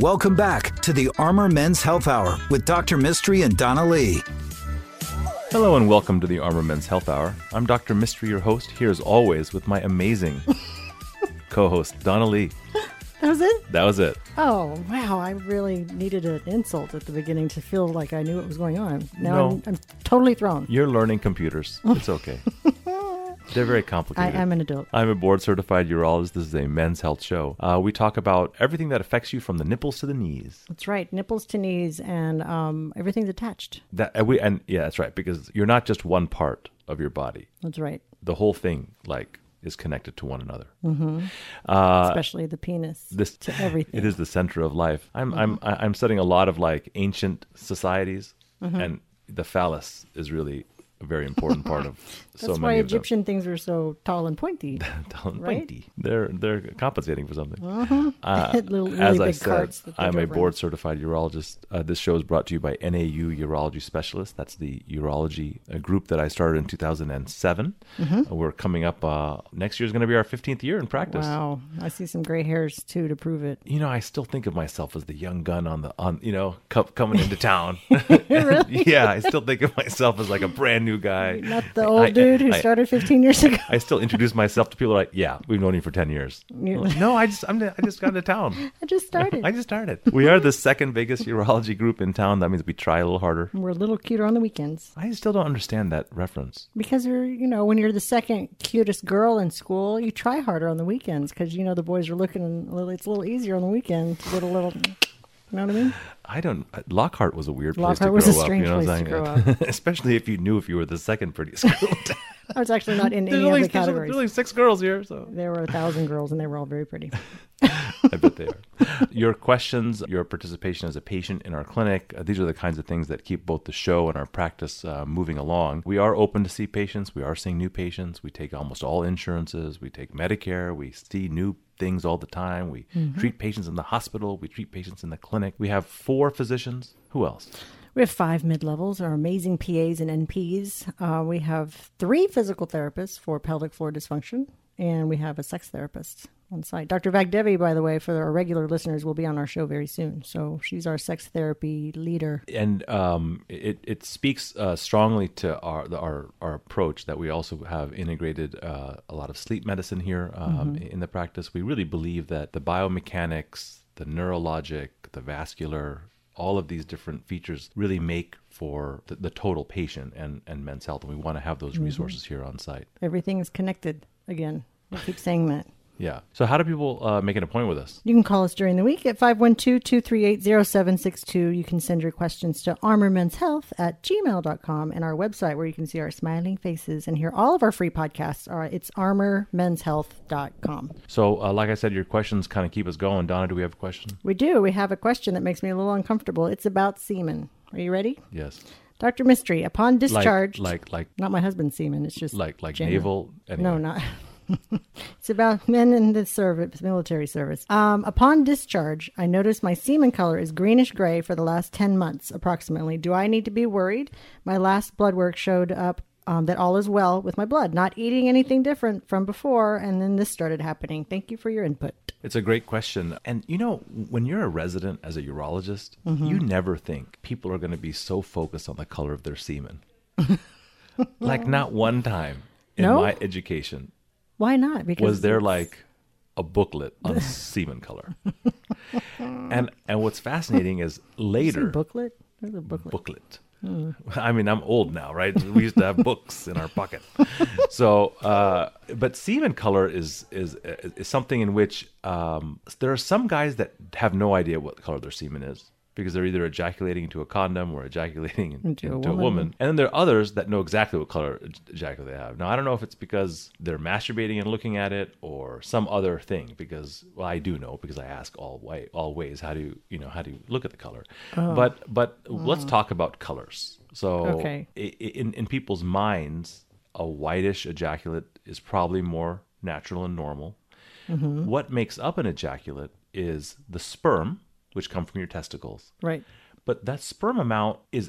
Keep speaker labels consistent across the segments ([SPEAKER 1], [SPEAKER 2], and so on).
[SPEAKER 1] Welcome back to the Armor Men's Health Hour with Dr. Mystery and Donna Lee.
[SPEAKER 2] Hello and welcome to the Armor Men's Health Hour. I'm Dr. Mystery, your host, here as always with my amazing co host, Donna Lee.
[SPEAKER 3] That was it?
[SPEAKER 2] That was it.
[SPEAKER 3] Oh, wow. I really needed an insult at the beginning to feel like I knew what was going on. Now
[SPEAKER 2] No.
[SPEAKER 3] I'm, I'm totally thrown.
[SPEAKER 2] You're learning computers. It's okay. They're very
[SPEAKER 3] I,
[SPEAKER 2] complicated.
[SPEAKER 3] I'm an adult.
[SPEAKER 2] I'm a board certified urologist. This is a men's health show. Uh, we talk about everything that affects you from the nipples to the knees.
[SPEAKER 3] That's right. Nipples to knees and um, everything's attached.
[SPEAKER 2] That and we and yeah, that's right. Because you're not just one part of your body.
[SPEAKER 3] That's right.
[SPEAKER 2] The whole thing like is connected to one another.
[SPEAKER 3] Especially the penis.
[SPEAKER 2] Uh, This
[SPEAKER 3] to everything.
[SPEAKER 2] It is the center of life. I'm
[SPEAKER 3] Mm-hmm.
[SPEAKER 2] I'm I- I'm studying a lot of like ancient societies,
[SPEAKER 3] Mm-hmm.
[SPEAKER 2] and the phallus is really a very important part of so
[SPEAKER 3] That's why
[SPEAKER 2] many of them.
[SPEAKER 3] Egyptian things were so tall and pointy.
[SPEAKER 2] Tall and
[SPEAKER 3] Right?
[SPEAKER 2] pointy. They're they're compensating for something. Uh,
[SPEAKER 3] Little, really
[SPEAKER 2] As
[SPEAKER 3] big
[SPEAKER 2] I said,
[SPEAKER 3] carts that they
[SPEAKER 2] I'm a
[SPEAKER 3] drove around.
[SPEAKER 2] board certified urologist. Uh, this show is brought to you by NAU Urology Specialist. That's the urology uh, group that I started in 2007. Uh, we're coming up, uh, next year is going to be our 15th year in practice.
[SPEAKER 3] Mm-hmm. Wow. I see some gray hairs too to prove it.
[SPEAKER 2] You know, I still think of myself as the young gun on the, on you know, co- coming into town. yeah, I still think of myself as like a brand new guy.
[SPEAKER 3] Not the old dude who
[SPEAKER 2] I-
[SPEAKER 3] started 15 years ago.
[SPEAKER 2] I still introduce myself to people like, yeah, we've known you for 10 years.
[SPEAKER 3] Yeah.
[SPEAKER 2] Like, no, I just, I'm, I just got into town.
[SPEAKER 3] I just started.
[SPEAKER 2] I just started. We are the second biggest urology group in town. That means we try a little harder.
[SPEAKER 3] We're a little cuter on the weekends.
[SPEAKER 2] I still don't understand that reference.
[SPEAKER 3] Because you're, you know, when you're the second cutest girl in school, you try harder on the weekends because you know the boys are looking. and well, It's a little easier on the weekend to get a little. You know what I mean?
[SPEAKER 2] I don't. Lockhart was a weird
[SPEAKER 3] Lockhart
[SPEAKER 2] place
[SPEAKER 3] was
[SPEAKER 2] to grow
[SPEAKER 3] a strange
[SPEAKER 2] up. You know
[SPEAKER 3] place to
[SPEAKER 2] what I'm saying? Especially if you knew if you were the second prettiest girl. in town.
[SPEAKER 3] I was actually not in
[SPEAKER 2] there's,
[SPEAKER 3] any of
[SPEAKER 2] only,
[SPEAKER 3] the
[SPEAKER 2] there's only- there's
[SPEAKER 3] categories.
[SPEAKER 2] only six girls here, so
[SPEAKER 3] There were a thousand girls, and they were all very pretty.
[SPEAKER 2] I bet they are. Your questions, your participation as a patient in our clinic, uh, these are the kinds of things that keep both the show and our practice uh, moving along. We are open to see patients. We are seeing new patients. We take almost all insurances. We take Medicare. We see new things all the time. We treat patients in the hospital. We treat patients in the clinic. We have four physicians. Who else?
[SPEAKER 3] We have five mid levels, our amazing PAs and NPs. Uh, we have three physical therapists for pelvic floor dysfunction, and we have a sex therapist on site. Dr. Vagdevi, by the way, for our regular listeners, will be on our show very soon. So she's our sex therapy leader.
[SPEAKER 2] and um, it it speaks uh, strongly to our, the, our our approach that we also have integrated uh, a lot of sleep medicine here um,
[SPEAKER 3] Mm-hmm.
[SPEAKER 2] in the practice. We really believe that the biomechanics, the neurologic, the vascular, all of these different features really make for the, the total patient and, and men's health, and we want to have those
[SPEAKER 3] Mm-hmm.
[SPEAKER 2] resources here on site.
[SPEAKER 3] Everything is connected again. I keep saying that.
[SPEAKER 2] Yeah. So how do people uh, make an appointment with us?
[SPEAKER 3] You can call us during the week at 512 238 0762. You can send your questions to armormenshealth at gmail.com and our website where you can see our smiling faces and hear all of our free podcasts. All right, it's armormenshealth.com.
[SPEAKER 2] So uh, like I said, your questions kind of keep us going. Donna, do we have a question?
[SPEAKER 3] We do. We have a question that makes me a little uncomfortable. It's about semen. Are you ready?
[SPEAKER 2] Yes.
[SPEAKER 3] Dr. Mystery, upon
[SPEAKER 2] Like
[SPEAKER 3] discharge.
[SPEAKER 2] like like
[SPEAKER 3] not my husband's semen. It's just
[SPEAKER 2] like like
[SPEAKER 3] general.
[SPEAKER 2] naval. Anyway.
[SPEAKER 3] No, not. it's about men in the service, military service. Um, upon discharge, I notice my semen color is greenish gray for the last 10 months approximately. Do I need to be worried? My last blood work showed up um, that all is well with my blood, not eating anything different from before, and then this started happening. Thank you for your input.
[SPEAKER 2] It's a great question. And you know, when you're a resident as a urologist, you never think people are going to be so focused on the color of their semen. like, not one time in
[SPEAKER 3] No?
[SPEAKER 2] my education
[SPEAKER 3] Why not? Because
[SPEAKER 2] was there like a booklet on semen color. and and what's fascinating is
[SPEAKER 3] Is there
[SPEAKER 2] later
[SPEAKER 3] a booklet? There's a booklet.
[SPEAKER 2] booklet. I mean, I'm old now, right? We used to have books in our pocket. So, uh, but semen color is is is something in which um, there are some guys that have no idea what color their semen is because they're either ejaculating into a condom or ejaculating in- into,
[SPEAKER 3] Into a
[SPEAKER 2] a, woman.
[SPEAKER 3] woman.
[SPEAKER 2] And then there are others that know exactly what color ej- ejaculate they have. Now, I don't know if it's because they're masturbating and looking at it or some other thing because well, I do know because I ask all way all ways how do you, you know how do you look at the color.
[SPEAKER 3] Oh.
[SPEAKER 2] But but let's talk about colors. So
[SPEAKER 3] Mm. Okay.
[SPEAKER 2] i- i- in in people's minds, a whitish ejaculate is probably more natural and normal.
[SPEAKER 3] Mm-hmm.
[SPEAKER 2] What makes up an ejaculate is the sperm, which come from your testicles,
[SPEAKER 3] Right.
[SPEAKER 2] but that sperm amount is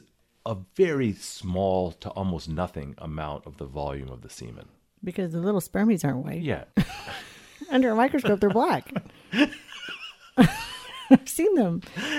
[SPEAKER 2] a very small to almost nothing amount of the volume of the semen.
[SPEAKER 3] Because the little spermies aren't white.
[SPEAKER 2] Yeah.
[SPEAKER 3] Under a microscope, they're black. I've seen them.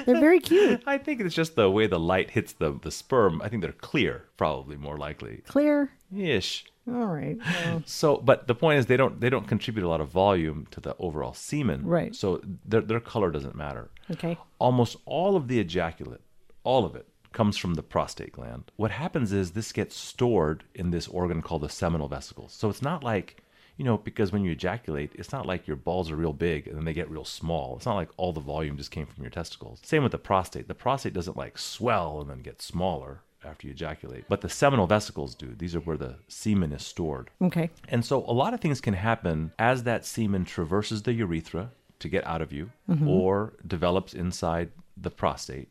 [SPEAKER 3] They're very cute.
[SPEAKER 2] I think it's just the way the light hits the, the sperm. I think they're clear, probably more likely.
[SPEAKER 3] Clear.
[SPEAKER 2] Ish.
[SPEAKER 3] All right. Well,
[SPEAKER 2] So, but the point is, they don't they don't contribute a lot of volume to the overall semen.
[SPEAKER 3] Right.
[SPEAKER 2] So their their color doesn't matter.
[SPEAKER 3] okay.
[SPEAKER 2] Almost all of the ejaculate, all of it, comes from the prostate gland. What happens is this gets stored in this organ called the seminal vesicles. So it's not like you know because when you ejaculate, it's not like your balls are real big and then they get real small. It's not like all the volume just came from your testicles. Same with the prostate. The prostate doesn't like swell and then get smaller after you ejaculate, but the seminal vesicles do. These are where the semen is stored.
[SPEAKER 3] Okay.
[SPEAKER 2] And so a lot of things can happen as that semen traverses the urethra to get out of you
[SPEAKER 3] Mm-hmm.
[SPEAKER 2] or develops inside the prostate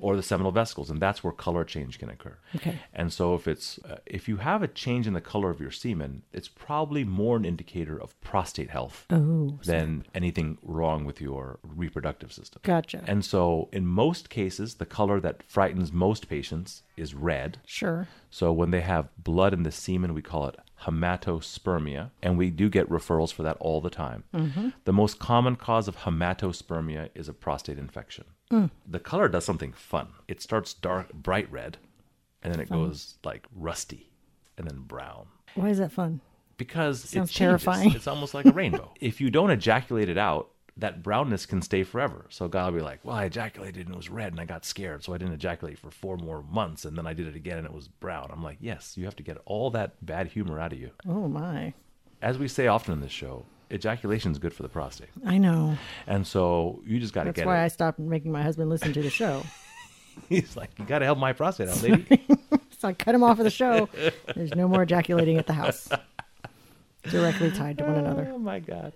[SPEAKER 2] or the seminal vesicles and that's where color change can occur.
[SPEAKER 3] Mm-hmm. Okay.
[SPEAKER 2] And so if it's uh, if you have a change in the color of your semen, it's probably more an indicator of prostate health
[SPEAKER 3] Oh,
[SPEAKER 2] than anything wrong with your reproductive system.
[SPEAKER 3] Gotcha.
[SPEAKER 2] And so in most cases the color that frightens most patients is red.
[SPEAKER 3] sure.
[SPEAKER 2] So when they have blood in the semen, we call it hematospermia, and we do get referrals for that all the time. The most common cause of hematospermia is a prostate infection. The color does something fun. It starts dark, bright red, and then it goes like rusty, and then brown
[SPEAKER 3] Why is that fun?
[SPEAKER 2] because it
[SPEAKER 3] Sounds
[SPEAKER 2] changes.
[SPEAKER 3] terrifying.
[SPEAKER 2] It's almost like a rainbow. if you don't ejaculate it out, that brownness can stay forever. So God will be like, "Well, I ejaculated and it was red, and I got scared, so I didn't ejaculate for four more months, and then I did it again and it was brown." I'm like, "Yes, you have to get all that bad humor out of you."
[SPEAKER 3] Oh my.
[SPEAKER 2] As we say often in this show, ejaculation is good for the prostate,
[SPEAKER 3] I know.
[SPEAKER 2] and so you just got to
[SPEAKER 3] That's
[SPEAKER 2] get
[SPEAKER 3] why I
[SPEAKER 2] it.
[SPEAKER 3] stopped making my husband listen to the show.
[SPEAKER 2] He's like, "You got to help my prostate out, lady."
[SPEAKER 3] So I cut him off of the show. There's no more ejaculating at the house. Directly tied to one another.
[SPEAKER 2] Oh my god.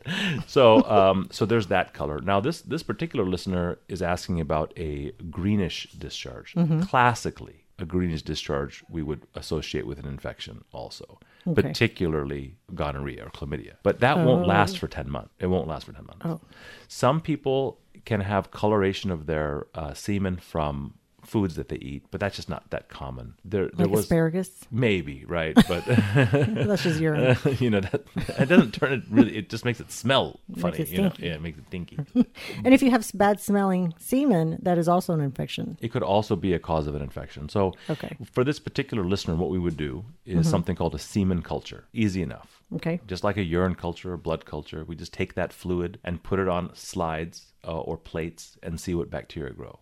[SPEAKER 2] So um so there's that color. Now this this particular listener is asking about a greenish discharge.
[SPEAKER 3] Mm-hmm.
[SPEAKER 2] Classically, a greenish discharge we would associate with an infection also. Particularly gonorrhea or chlamydia. But that
[SPEAKER 3] Oh.
[SPEAKER 2] won't last for 10 months. It won't last for 10 months. Some people can have coloration of their uh, semen from foods that they eat, but that's just not that common. There there
[SPEAKER 3] Like
[SPEAKER 2] was
[SPEAKER 3] asparagus.
[SPEAKER 2] maybe, right? But
[SPEAKER 3] That's just urine.
[SPEAKER 2] you know that it doesn't turn it really it just makes it smell funny
[SPEAKER 3] it
[SPEAKER 2] you know
[SPEAKER 3] stinky.
[SPEAKER 2] yeah it makes it stinky
[SPEAKER 3] And if you have s- bad smelling semen, that is also an infection.
[SPEAKER 2] it could also be a cause of an infection so
[SPEAKER 3] Okay. Mm-hmm.
[SPEAKER 2] for this particular listener what we would do is something called a semen culture easy enough
[SPEAKER 3] Okay.
[SPEAKER 2] just like a urine culture or blood culture we just take that fluid and put it on slides uh, or plates and see what bacteria grow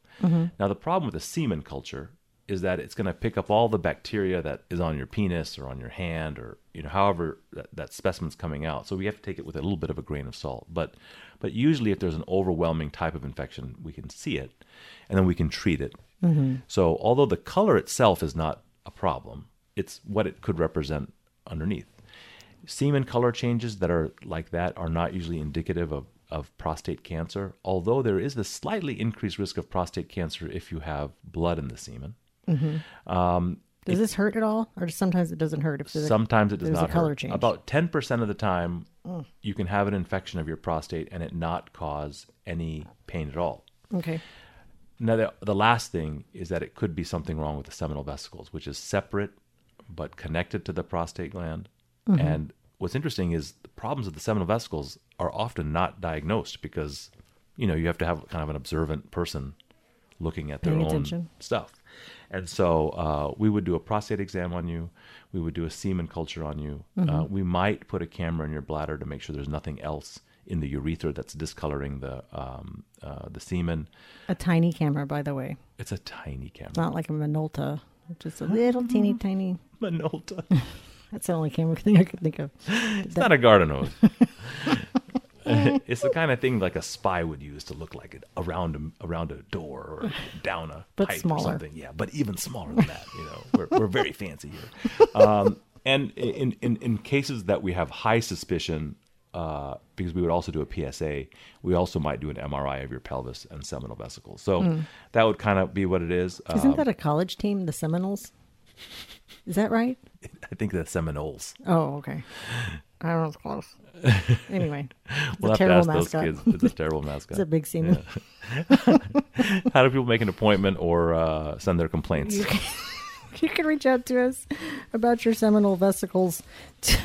[SPEAKER 2] now the problem with a semen culture is that it's going to pick up all the bacteria that is on your penis or on your hand or you know however that, that specimen's coming out so we have to take it with a little bit of a grain of salt but but usually if there's an overwhelming type of infection we can see it and then we can treat it so although the color itself is not a problem it's what it could represent underneath semen color changes that are like that are not usually indicative of, of prostate cancer, although there is the slightly increased risk of prostate cancer if you have blood in the semen.
[SPEAKER 3] Does this hurt at all? Or sometimes it doesn't hurt if there's a
[SPEAKER 2] Sometimes it does
[SPEAKER 3] there's a
[SPEAKER 2] not
[SPEAKER 3] color
[SPEAKER 2] hurt.
[SPEAKER 3] change. Mm.
[SPEAKER 2] About 10% of the time, you can have an infection of your prostate and it not cause any pain at all.
[SPEAKER 3] Okay.
[SPEAKER 2] Now, the, the last thing is that it could be something wrong with the seminal vesicles, which is separate but connected to the prostate gland.
[SPEAKER 3] Mm-hmm.
[SPEAKER 2] And what's interesting is the problems of the seminal vesicles are often not diagnosed because, you know, you have to have kind of an observant person looking at their
[SPEAKER 3] Paying
[SPEAKER 2] own
[SPEAKER 3] attention.
[SPEAKER 2] stuff. And so uh, we would do a prostate exam on you. We would do a semen culture on you. Uh,
[SPEAKER 3] Mm-hmm.
[SPEAKER 2] we might put a camera in your bladder to make sure there's nothing else in the urethra that's discoloring the um, uh, the semen.
[SPEAKER 3] A tiny camera, by the way.
[SPEAKER 2] It's a tiny camera.
[SPEAKER 3] It's not like a Minolta. Just a little teeny tiny.
[SPEAKER 2] Minolta.
[SPEAKER 3] That's the only camera thing I could think of.
[SPEAKER 2] It's not a garden hose. it's the kind of thing like a spy would use to look like it around a, around a door or down a
[SPEAKER 3] But
[SPEAKER 2] pipe
[SPEAKER 3] smaller.
[SPEAKER 2] or something. Yeah, but even smaller than that. You know, we're, we're very fancy here. Um, and in, in in cases that we have high suspicion, uh, because we would also do a PSA, we also might do an MRI of your pelvis and seminal vesicles. So that would kind of be what it is. Uh,
[SPEAKER 3] Hmm. Isn't that a college team, the Seminoles? Is that right?
[SPEAKER 2] I think the Seminoles.
[SPEAKER 3] Oh, okay. I don't know. It's close. Anyway, it's
[SPEAKER 2] We'll have
[SPEAKER 3] a
[SPEAKER 2] to
[SPEAKER 3] terrible
[SPEAKER 2] ask
[SPEAKER 3] mascot.
[SPEAKER 2] those kids. It's a terrible mascot.
[SPEAKER 3] It's a big semen.
[SPEAKER 2] How do people make an appointment or uh, send their complaints?
[SPEAKER 3] you can reach out to us about your seminal vesicles to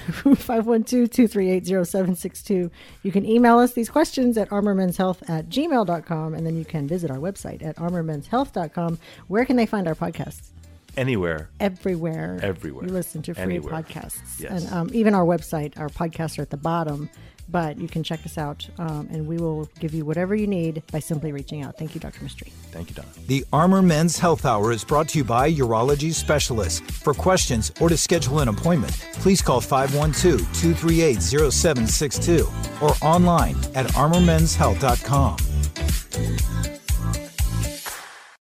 [SPEAKER 3] 512-238-0762. You can email us these questions at armormenshealth at gmail.com, and then you can visit our website at armormenshealth.com. Where can they find our podcasts?
[SPEAKER 2] Anywhere.
[SPEAKER 3] Everywhere.
[SPEAKER 2] Everywhere.
[SPEAKER 3] You listen to free
[SPEAKER 2] Anywhere.
[SPEAKER 3] podcasts.
[SPEAKER 2] Yes.
[SPEAKER 3] And um, even our website, our podcasts are at the bottom, but you can check us out, um, and we will give you whatever you need by simply reaching out. Thank you, Dr. Mystery.
[SPEAKER 2] Thank you, Donna.
[SPEAKER 1] The Armor Men's Health Hour is brought to you by Urology Specialists. For questions or to schedule an appointment, please call 512 238 0762 or online at armormenshealth.com.